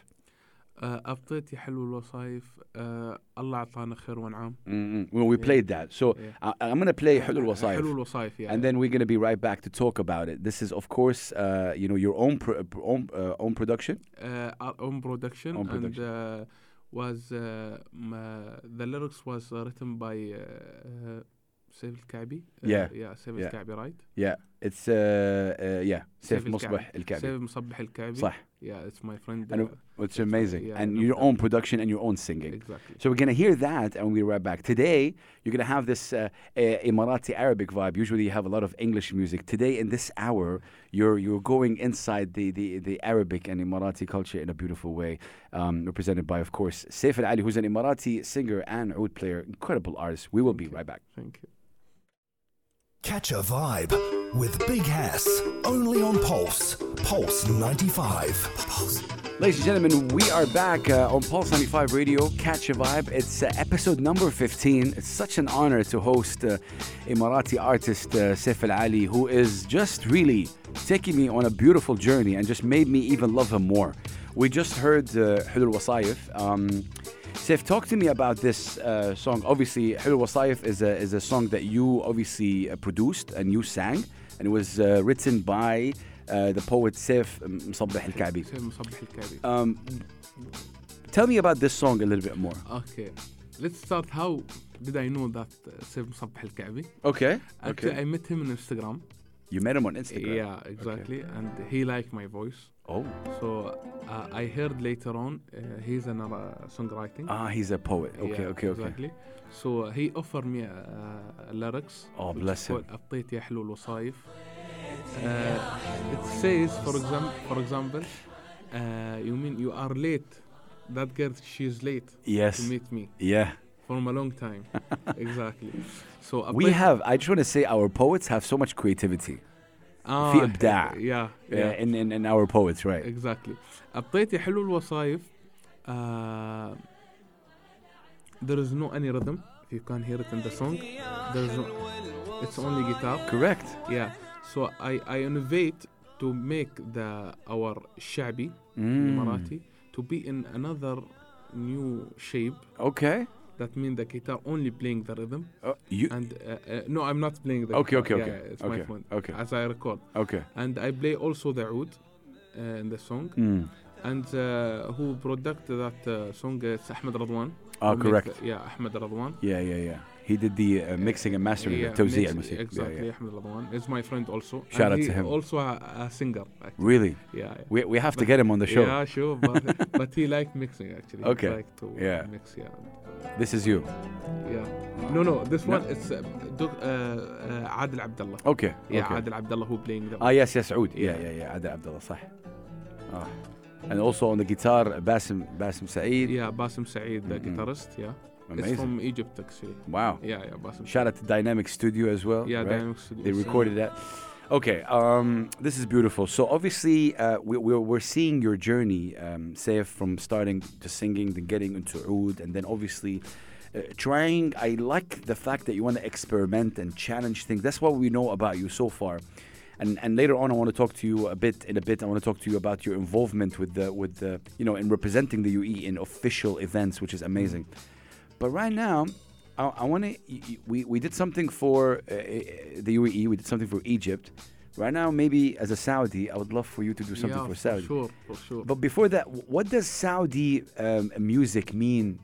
آه، أبطيتي حلو الوصايف آه، الله أعطانا خير وأنعام
mm Well, we played that. So
Mm-hmm. Yeah.
I- I'm going to play Hulul Wasaif.
حلو الوصايف يعني
And then we're going to be right back to talk about it. This is, of course, uh, you know, your own pro- pro- own, uh, own production.
uh, our own production,
Own production.
and uh, was uh, m- uh, the lyrics was uh, written by uh, uh, Saif Al Kaabi. Uh,
Yeah.
yeah, Saif
Yeah.
Al Kaabi, right?
Yeah, it's uh, uh yeah, Saif
Saif Al-Kaabi.
Musbah Al Kabi.
Saif Musabbih Al Kaabi.
صح.
Yeah, it's my friend.
And
Uh,
It's amazing.
yeah,
and
no
your
doubt.
own production and your own singing.
exactly.
So we're going to hear that and we'll be right back. Today, you're going to have this uh, uh, Emirati Arabic vibe. Usually you have a lot of English music. Today, in this hour, you're, you're going inside the, the, the Arabic and Emirati culture in a beautiful way, um, represented by, of course, Saif Al Ali, who's an Emirati singer and oud player, incredible artist. We will be right back.
Thank you.
Catch a vibe with Big Hass only on Pulse. Pulse 95. Pulse.
Ladies and gentlemen, we are back uh, on Pulse 95 Radio. Catch a vibe. It's uh, episode number 15. It's such an honor to host uh, Emirati artist uh, Saif Al Ali, who is just really taking me on a beautiful journey and just made me even love him more. We just heard uh, Hulul Wasaif. Um, Saif, talk to me about this uh, song. Obviously, Hulul Wasaif is a, is a song that you obviously uh, produced and you sang, and it was uh, written by uh, the poet Saif Msabbah Al Kaabi.
Saif Musabbih Al Kaabi.
Um, tell me about this song a little bit more.
okay, let's start. How did I know that uh, Saif Musabbih Al Kaabi?
Okay.
Actually, I met him on Instagram.
You met him on Instagram.
Yeah, exactly. And he liked my voice.
Oh.
So uh, I heard later on uh, he's another songwriting.
Ah, he's a poet. Okay,
Yeah,
okay, okay.
Exactly. So he offered me uh, lyrics.
Oh,
which is
bless him.
called أبطيت يا حلو الوصايف. Uh, it says, for example, for example, uh, you mean you are late. That girl, she's late to
Yes.
meet me.
Yeah.
from a long time. exactly. So a
We
bit-
have, I just want to say, our poets have so much creativity
آه،
في إبداع.
Ah, Yeah,
uh,
yeah.
in, in, in our poets, right?
اكزاكتلي اعطيتي حلو الوصايف آه there is no any rhythm you can't hear it in the song there is no it's only guitar
Correct.
yeah so I I innovate to make the our الشعبي
Mm.
الاماراتي to be in another new shape
Okay.
that means the guitar only playing the rhythm
Uh, you,
and uh, uh, no I'm not playing the
Okay,
guitar.
okay,
Yeah,
okay,
yeah, it's
okay,
my point
okay.
as I record
okay.
and I play also the oud uh, in the song
Mm.
and uh, who product that uh, song is Ahmed Radwan.
Oh,
Who make
correct.
the- yeah, Ahmed Radwan.
Yeah, yeah, yeah. He did the uh, mixing and mastering,
Yeah,
yeah, توزيع
mix-
الموسيقى.
Exactly,
Yeah, yeah.
Ahmed Radwan is my friend also.
Shout
And
out
he
to him.
Also a, a singer. Actually.
Really?
Yeah, yeah.
We, we have to get him on the show.
Yeah, sure, but, but he liked mixing actually.
Okay,
He liked to
yeah.
mix, yeah.
This is you.
Yeah. No, no, this
No.
one it's uh, Doc- uh, uh, Adil Abdullah.
Okay.
Yeah,
okay.
Adil Abdullah who playing the
Ah, yes, yes, Oud. Yeah,
Yeah.
yeah, yeah. Adil Abdullah, صح. Ah. And also on the guitar, Basim, Basim Saeed.
Yeah, Basim Saeed, the
Mm-mm.
guitarist, yeah.
Amazing.
It's from Egypt actually.
wow.
Yeah, yeah, Basim.
Shout out to Dynamic Studio as well.
yeah,
right?
Dynamic Studio.
They
Same.
recorded that. Okay, um, this is beautiful. So obviously, uh, we, we're, we're seeing your journey, um, say from starting to singing, then getting into oud, and then obviously uh, trying. I like the fact that you want to experiment and challenge things. That's what we know about you so far. And, and later on, I want to talk to you a bit. In a bit, I want to talk to you about your involvement with the with the you know in representing the UE in official events, which is amazing. But right now, I, I want to. We, we did something for uh, the UAE. We did something for Egypt. Right now, maybe as a Saudi, I would love for you to do something
yeah,
for Saudi.
sure, for sure.
But before that, wh- what does Saudi um, music mean t-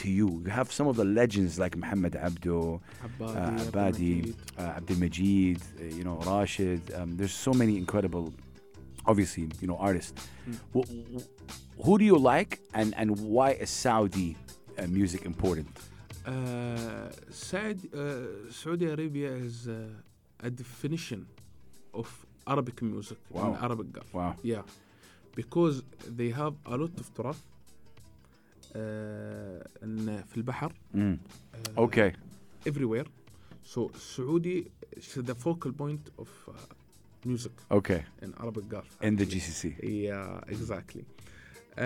to you? You have some of the legends like Muhammad Abdo, uh,
Abadi,
Abadi, uh, Abdul Majid, uh, you know, Rashid. Um, there's so many incredible, obviously, you know, artists.
Hmm.
Wh- wh- who do you like, and and why is Saudi uh, music important?
Uh, Saudi, uh, Saudi Arabia is uh, a definition of Arabic music
Wow.
in Arabic Gulf.
Wow.
Yeah, because they have a lot of تراث uh, in- uh, في البحر.
Mm.
uh,
Okay.
Everywhere. So Saudi is the focal point of uh, music
Okay.
in Arabic Gulf.
In the
actually.
GCC.
Yeah, exactly. Uh,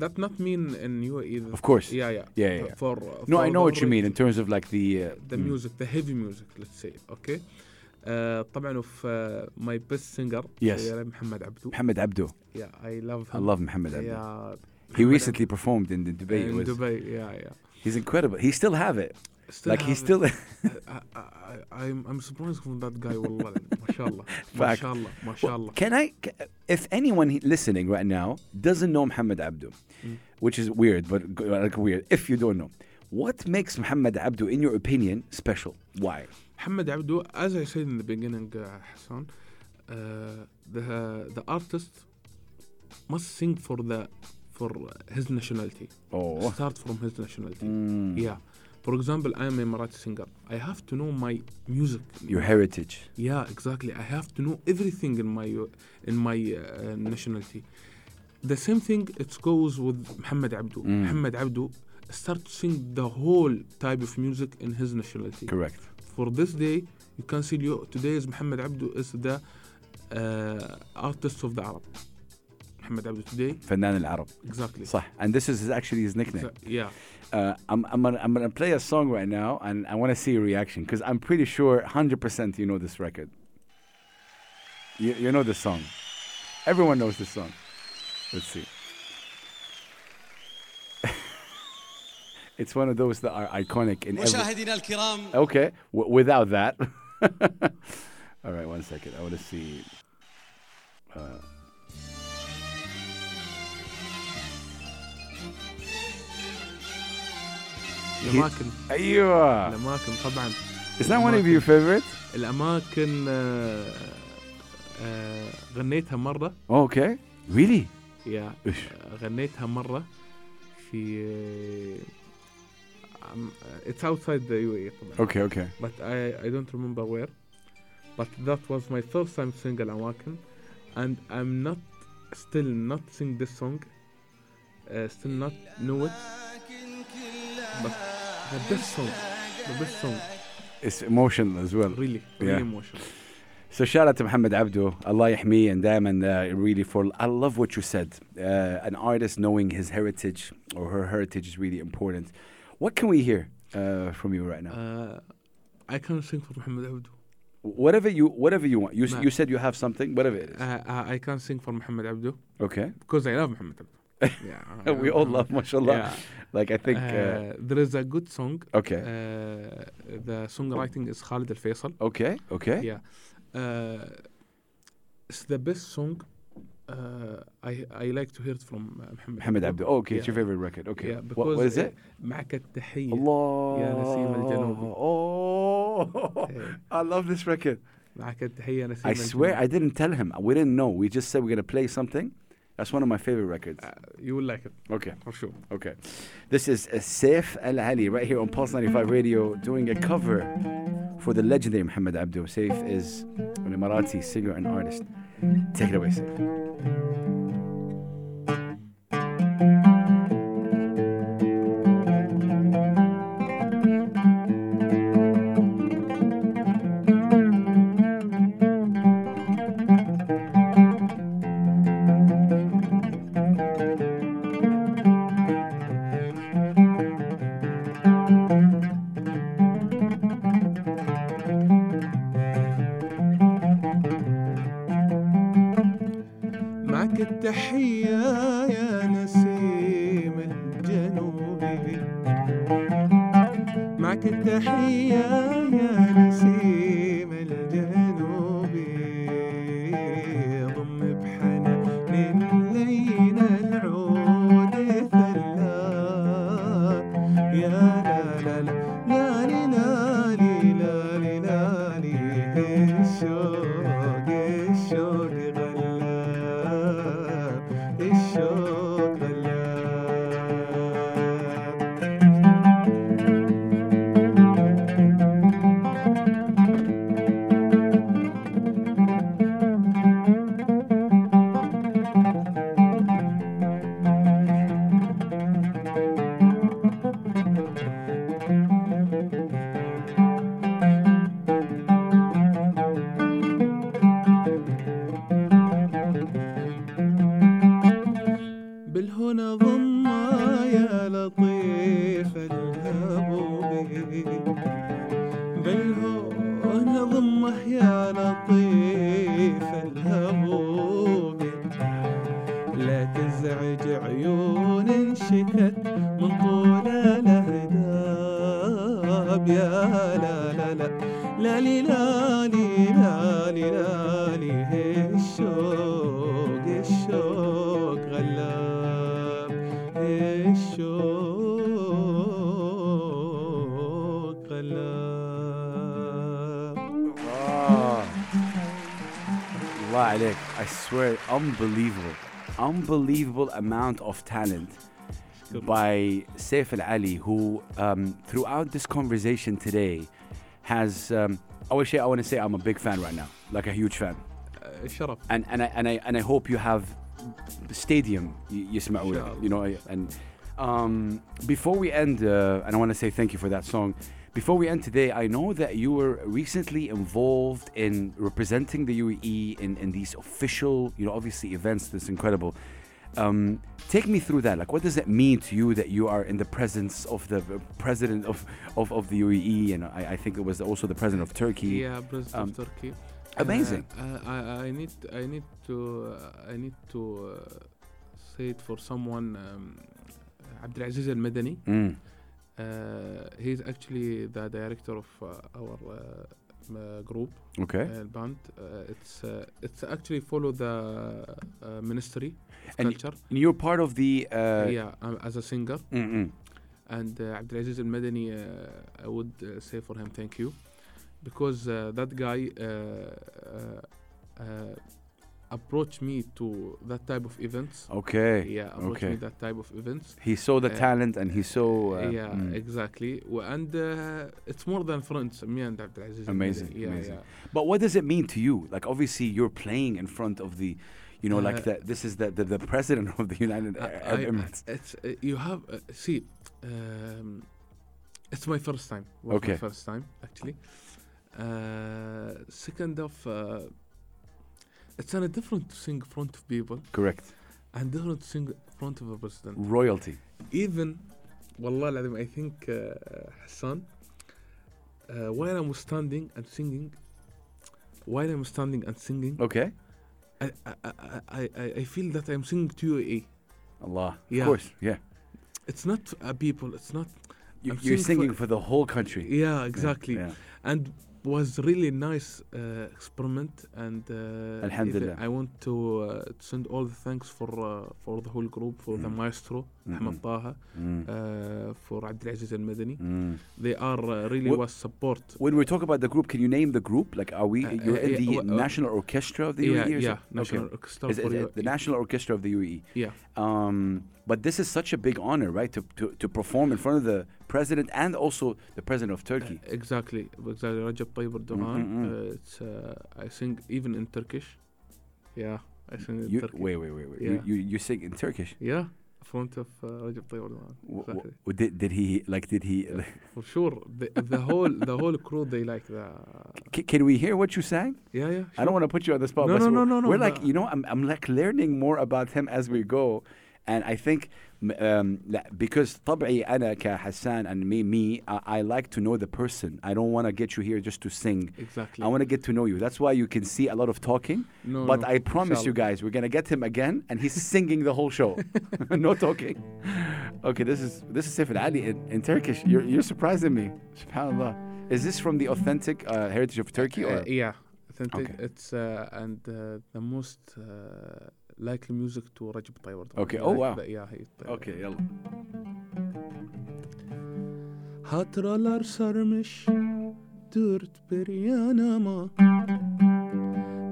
that not mean in UAE.
Of course.
Yeah, yeah.
Yeah, yeah, yeah.
For
No,
for
I know what you
the-
mean in terms of like the uh,
The
mm.
music, the heavy music, let's say. Okay. Uh, طبعا of uh, my best singer.
Yes.
uh, محمد عبدو.
Mohammed Abdo.
Yeah, I love
I
him.
love Mohammed Abdo.
Yeah.
He
Mohammed
recently performed in the
Abdou
Dubai. It
in
was-
Dubai. Yeah, yeah.
He's incredible. He still have it.
Still
like he's
have-
still.
I, I, I, I'm I'm surprised from that guy. والله mashallah.
Fact.
Mashallah. Mashallah.
Can I? ca- If anyone he- listening right now doesn't know Mohammed Abdo,
Mm.
which is weird, but g- like weird. If you don't know, what makes Mohammed Abdo, in your opinion, special? Why?
Mohammed Abdu, as I said in the beginning, uh, Hassan, uh, the the artist must sing for the for his nationality.
Oh.
Start from his nationality.
Mm.
Yeah. For example, I am a Marathi singer. I have to know my music.
Your heritage.
Yeah, exactly. I have to know everything in my uh, in my uh, nationality. The same thing it goes with Mohammed Abdu.
Mm.
Mohammed Abdu start to sing the whole type of music in his nationality
Correct.
for this day you can see you, today's Muhammad Abdu is the uh, artist of the Arab. Muhammad Abdu today,
فنان العرب.
exactly.
صح. And this is his- actually his nickname.
So- yeah,
Uh, I'm, I'm, gonna, I'm gonna play a song right now and I wanna see your reaction because I'm pretty sure 100% you know this record. You, you know this song. Everyone knows this song. Let's see. it's one of those that are iconic in every.
مشاهدينا الكرام
Okay, w- without that. All right, one second. I wanna see.
الأماكن
أيوة.
الأماكن طبعا
Is that one of your favorites?
الأماكن آه، آه، غنيتها مرة
Okay. Really?
يا آه،
إيش؟
غنيتها مرة في عم- it's outside the UAE طبعا
Okay, okay.
but I, I don't remember where. But that was my first time singing Awaken, and I'm not still not sing this song, uh, still not know it. But The best song. The best song.
It's emotional as well.
Really, really
Yeah.
emotional.
So shout out to Muhammad Abdu, Allah يحميه and Diamond uh, really for I love what you said. Uh, an artist knowing his heritage or her heritage is really important. What can we hear uh, from you right now?
Uh, I can sing for Muhammad Abdu.
whatever you whatever you want. You, s-
Ma-
you said you have something, whatever it is.
Uh, I I can sing for Muhammad Abdu
Okay.
because I love Muhammad Abdu. yeah,
we all love mashallah.
uh, Yeah.
Like I think uh,
Uh, there is a good song.
okay.
Uh, the songwriting is Khalid Al Faisal.
okay. Okay.
Yeah. Uh, it's the best song. Uh, I I like to hear it from uh, Muhammad
Muhammad Abdu. Oh, okay, it's
Yeah.
your favorite record. Okay.
Yeah,
What-
because
what is
uh,
it?
معك التحية.
Allah.
يا نسيم الجنوب.
Oh.
إيه.
I love this record.
معك التحية نسيم
I swear
الجنوب.
I didn't tell him. We didn't know. We just said we're gonna play something. That's one of my favorite records.
Uh, you will like it
Okay,
for sure.
okay. This is uh, Saif Al Ali right here on Pulse 95 Radio doing a cover for the legendary Muhammad Abdu. Saif is an Emirati singer and artist. Take it away, Saif.
معك التحية يا نسيم الجنوبي معك التحية يا نسيم الجنوبي ضم بحنان الليل العود ثلال يا لا لا لا لا لا لي لا لي لا لي الشوق الشوق غلاب الشوق غلاب بالهنا ضمة يا لطيف الهبوبي بالهنا ضمة يا لطيف الهبوبي لا تزعج عيون شكت من طول الاهداب يا لا لا لا لا لي لا لي لا لي لا لي هي الشوق الشوق غلاب هي الشوق غلاب
Allah عليك. Oh. I swear, unbelievable. Unbelievable amount of talent. by Saif Al Ali, who um, throughout this conversation today has. Um, I wish I want to say I'm a big fan right now, like a huge fan,
Uh, الشرف.
and and I and I and I hope you have stadium y- يسمعونا,
Inshallah.
you know. And um, before we end, uh, and I want to say thank you for that song. Before we end today, I know that you were recently involved in representing the UAE in, in these official, you know, obviously events. That's incredible. Um, take me through that. Like, what does it mean to you that you are in the presence of the uh, president of, of, of the UAE? And I, I think it was also the president of Turkey.
Yeah, president
Um,
of Turkey.
Amazing.
Uh, I, I- I need I need to uh, I need to uh, say it for someone um, Abdelaziz Al-Madani.
Mm.
Uh, he's actually the director of uh, our uh, uh, group
Okay.
uh, band. Uh, it's uh, it's actually follow the uh, ministry of
And y-
culture.
And you're part of the. Uh,
yeah, um, as a singer.
mm-mm.
and uh, Abdelaziz Al-Madani, uh, I would uh, say for him thank you because uh, that guy uh, uh, uh, approached me to that type of events.
Okay.
Yeah, approached
okay.
me that type of events.
He saw the
Uh,
talent and he saw. Uh,
yeah,
mm.
exactly. W- And uh, it's more than friends, me and Abdelaziz. Al-Madani.
Amazing,
Yeah,
amazing.
yeah.
But what does it mean to you? Like, obviously, you're playing in front of the. You know, like
Uh,
that. This is the, the, the president of the United
I-
Arab
I-
Emirates.
It's uh, you have uh, see. Um, It's my first time. Was
Okay.
My first time actually. Uh, second of, uh, it's kind of different to sing in front of people
Correct.
and different to sing in front of a president.
Royalty.
Even, والله العظيم I think uh, Hassan, uh, while I'm standing and singing, while I'm standing and singing,
Okay.
I, I, I, I- I, I feel that I'm singing to UAE.
Allah.
Yeah.
Of course. Yeah.
It's not a people. It's not.
You,
I'm
you're
singing
singing for, the whole country.
Yeah, exactly.
Yeah.
and was really nice uh, experiment and uh,
Alhamdulillah.
even I want to uh, send all the thanks for uh, for the whole group for the
Mm.
maestro
Mm.
Ahmed Taha
Mm.
uh, for Abdelaziz Al Madani
Mm.
they are uh, really
Wha-
was support
When we talk about the group, can you name the group? Like, are we?
Uh,
You're
uh,
in the
yeah, well, uh,
National Orchestra of the
yeah
UAE? or
yeah
something?
national
Okay.
orchestra
Is it-
for
is
you-
it the National Orchestra of the E? UAE?
yeah
Um, but this is such a big honor, right? To, to, to perform in front of the president and also the president of Turkey.
uh, exactly exactly Rajab Tayyip Erdogan
mm, mm.
uh, it's uh, I sing even in Turkish yeah I sing in
You,
Turkish
wait, wait, wait, wait.
Uh, Yeah.
You, you you sing in Turkish.
yeah in front of uh, Rajab Tayyip Erdogan
W- w-
exactly
did, did he like? Did he?
For sure, the, the whole the whole crew they like the
C- can we hear what you sang?
yeah yeah.
I don't want to put you on the spot.
No,
but
no, no,
we're-
no, no,
We're like,
no.
you know, I'm, I'm like learning more about him as we go. And I think m- um, لا, because طبعي أنا كحسان and me, me I, I like to know the person. I don't want to get you here just to sing.
exactly.
I want to get to know you. That's why you can see a lot of talking.
no,
but
no,
I promise you
inshallah.
guys, we're gonna get him again, and he's singing the whole show, no talking. Okay, this is this is Saif Ali in, in Turkish. You're you're surprising me. Subhanallah. Is this from the authentic uh, heritage of Turkey? Or?
Uh, yeah, I think
Okay.
it- it's uh, and uh, the most uh, likely music to Rajab Tayyip Erdogan.
Okay,
They
oh,
like
wow.
the- uh, yeah. he-
Okay, yalla.
Hatıralar sarmış dört bir yanama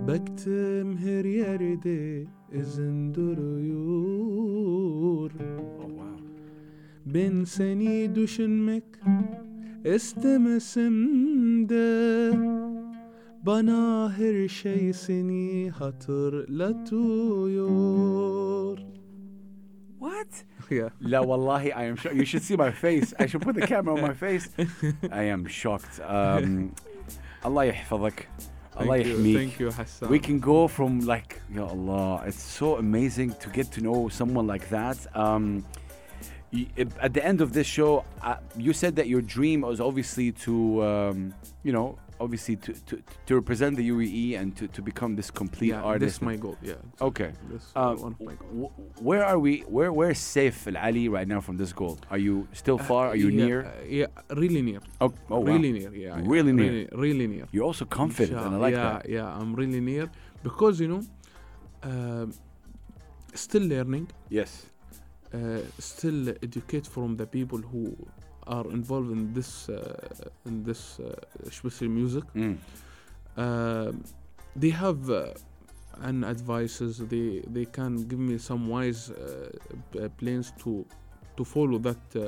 Baktım her yerde izin duruyor
Oh wow.
Ben seni düşünmek istemesem de Bana her şey seni hatırlatıyor
What?
Yeah.
La wallahi, I am shocked. You should see my face. I should put the camera on my face. I am shocked. Um, Allah يحفظك. Allah
Thank you,
يحميك.
thank you Hassan
We can go from like, Ya Allah, it's so amazing to get to know someone like that. Um, y- at the end of this show, uh, you said that your dream was obviously to, um, you know, obviously to, to, to represent the UAE and to, to become this complete
yeah,
artist.
This my goal yeah
okay.
This
Um,
one of my goals
w- where are we? Where where's safe Al Ali right now from this goal? Are you still far? Are you
yeah,
near?
uh, yeah, really near.
Oh, oh wow.
really near. Yeah, yeah,
Really near.
Really, really near.
You're also confident, and I like
yeah,
that.
Yeah, I'm really near because you know, um, still learning,
Yes.
uh, still educate from the people who are involved in this uh, in this uh, especially music.
Mm.
Um they have. Uh, and advices they they can give me some wise uh, p- plans to to follow that uh,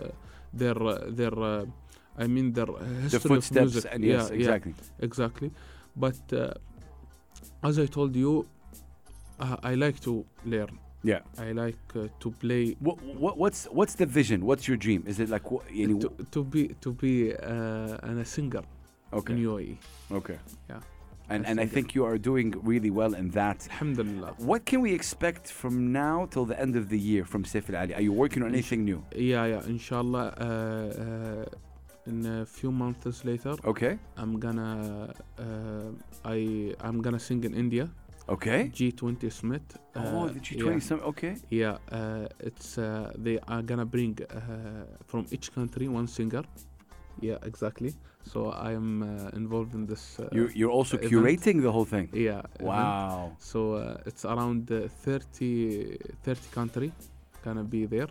their uh, their uh, I mean their uh,
The
history of
footsteps,
music.
and yes,
yeah, yeah,
exactly.
exactly but uh, as i told you uh, i like to learn
Yeah.
i like uh, to play
What, what what's what's the vision? What's your dream? Is it like wha- any,
to, to be to be uh, an- a singer
okay
in E. UAE
okay
Yeah.
and
I
and I
think-
think you are doing really well in that.
alhamdulillah
What can we expect from now till the end of the year from Saif Al Ali? Are you working on anything new?
yeah yeah inshallah uh, uh, in a few months later
Okay
i'm gonna uh, i i'm gonna sing in india
okay.
g20 summit uh,
oh, the G20
yeah.
summit. Okay.
Yeah, uh, it's uh, they are gonna bring uh, from each country one singer. Yeah, exactly. So I am uh, involved in this. Uh,
You're you're also
event.
curating the whole thing.
yeah. event.
Wow.
So uh, it's around uh, 30 30 country gonna be there,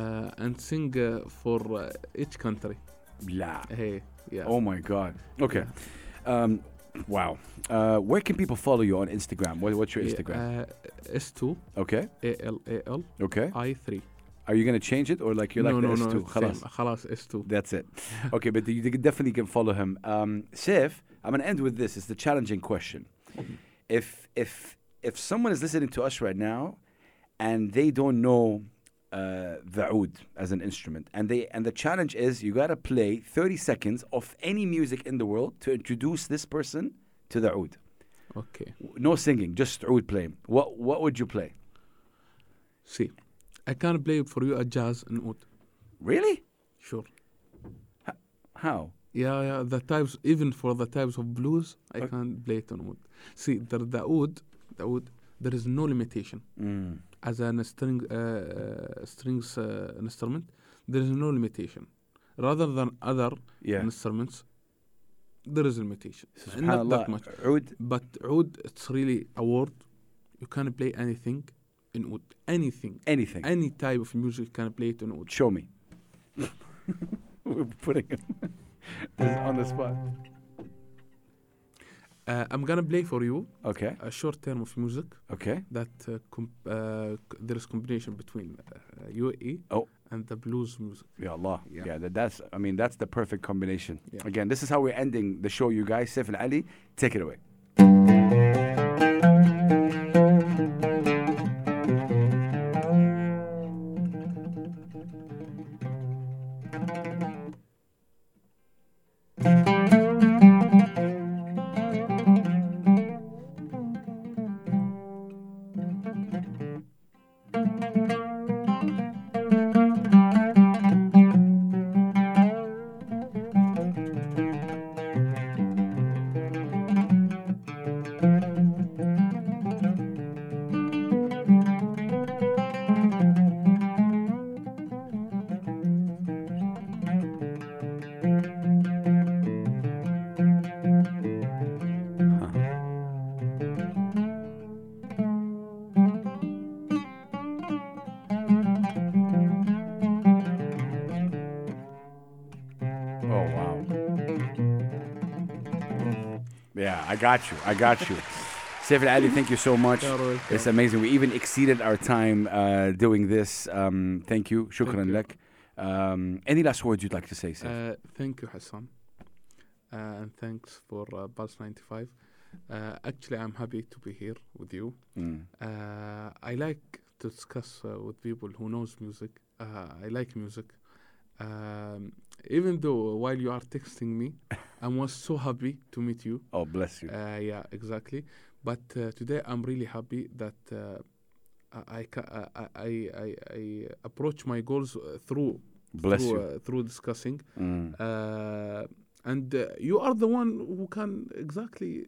uh, and sing uh, for uh, each country.
Blah.
Hey, yeah.
Oh my God. Okay. Um, wow. Uh, where can people follow you on Instagram? What, what's your
Yeah,
Instagram?
Uh, S two
okay.
A L A L
Okay.
I three.
Are you gonna change it or like you're
no,
like
no,
this
no,
too?
it's
Khalas.
same. Khalas, S two.
That's it. Okay, but you definitely can follow him. Um, Sif, I'm gonna end with this. It's the challenging question. If if if someone is listening to us right now and they don't know uh, the oud as an instrument, and they and the challenge is you gotta play 30 seconds of any music in the world to introduce this person to the oud.
اوكي
No singing, just oud playing. What what would you play?
سي I can play for you a jazz in oud.
Really?
Sure.
How?
Yeah, yeah, the types, even for the types of blues, I
Okay.
can play it on wood. See, the, the wood, the wood, there is no limitation.
Mm.
As an string, uh, uh, strings uh, instrument, there is no limitation. Rather than other
Yeah.
instruments, there is limitation. Not that much.
SubhanAllah. Oud.
But oud, it's really a word. You can play anything in wood. Anything.
Anything.
Any type of music can play it on wood.
Show me. We're putting him this is on the spot.
Uh, I'm gonna play for you
Okay.
a short term of music.
Okay.
that uh, com- uh, c- there is combination between uh, UAE
Oh.
and the blues music.
Ya Allah. Yeah,
Yeah.
that, that's, I mean, that's the perfect combination.
Yeah.
Again, this is how we're ending the show, you guys. Saif and Ali, take it away. Oh, wow. Yeah, I got you. I got you. Saif and Ali, thank you so much.
Yeah, right,
It's
yeah.
amazing. We even exceeded our time uh, doing this. Um, thank you. Shukran
Thank you.
lak. Um, any last words you'd like to say, Saif?
Uh, thank you, Hassan, uh, and thanks for uh, Pulse 95. Uh, actually, I'm happy to be here with you.
Mm.
Uh, I like to discuss uh, with people who knows music. Uh, I like music. Um, even though while you are texting me, I was so happy to meet you.
Oh, bless you.
Uh, yeah, exactly. But uh, today I'm really happy that uh, I, I ca- I, I, I, I approach my goals uh, through
Bless
through,
you.
Uh, through discussing.
Mm.
Uh, and uh, you are the one who can exactly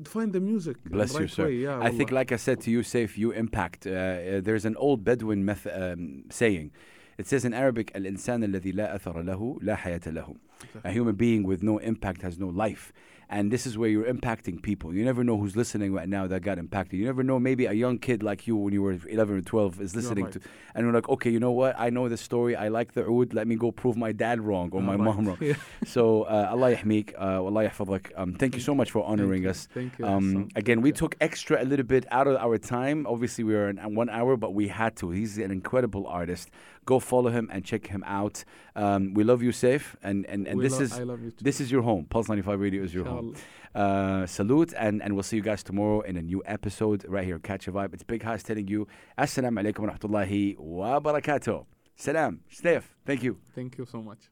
define the music. in
Bless
the
you,
right
sir.
Way. Yeah,
I think,
wallah.
like I said to you, Saif, you impact. Uh, uh, there's an old Bedouin meth- um, saying. It says in Arabic, الإنسان الذي لا أثر له لا حياة له. A human being with no impact has no life. And this is where you're impacting people. You never know who's listening right now that got impacted. You never know, maybe a young kid like you when you were 11 or 12 is listening
right.
to, and you're like, okay, you know what? I know this story. I like the oud. Let me go prove my dad wrong or
You're
my
right.
mom wrong.
Yeah.
So, uh, Allah yahmeek, uh, Allah yahfadhak. Um, thank you so much for honoring
you.
us.
Thank you,
Um,
Hassan.
again,
Thank
we
you.
took extra a little bit out of our time. Obviously, we were in uh, one hour, but we had to. He's an incredible artist. Go follow him and check him out. Um, we love you, Safe, and and, and
We
this
lo-
is
I love you too.
this is your home. Pulse ninety five Radio is your home. Uh, salute, and and we'll see you guys tomorrow in a new episode right here. Catch a vibe. It's Big Haas telling you, Assalamu alaikum wa rahmatullahi wa barakatuh. Salam, Saif. Thank you.
Thank you so much.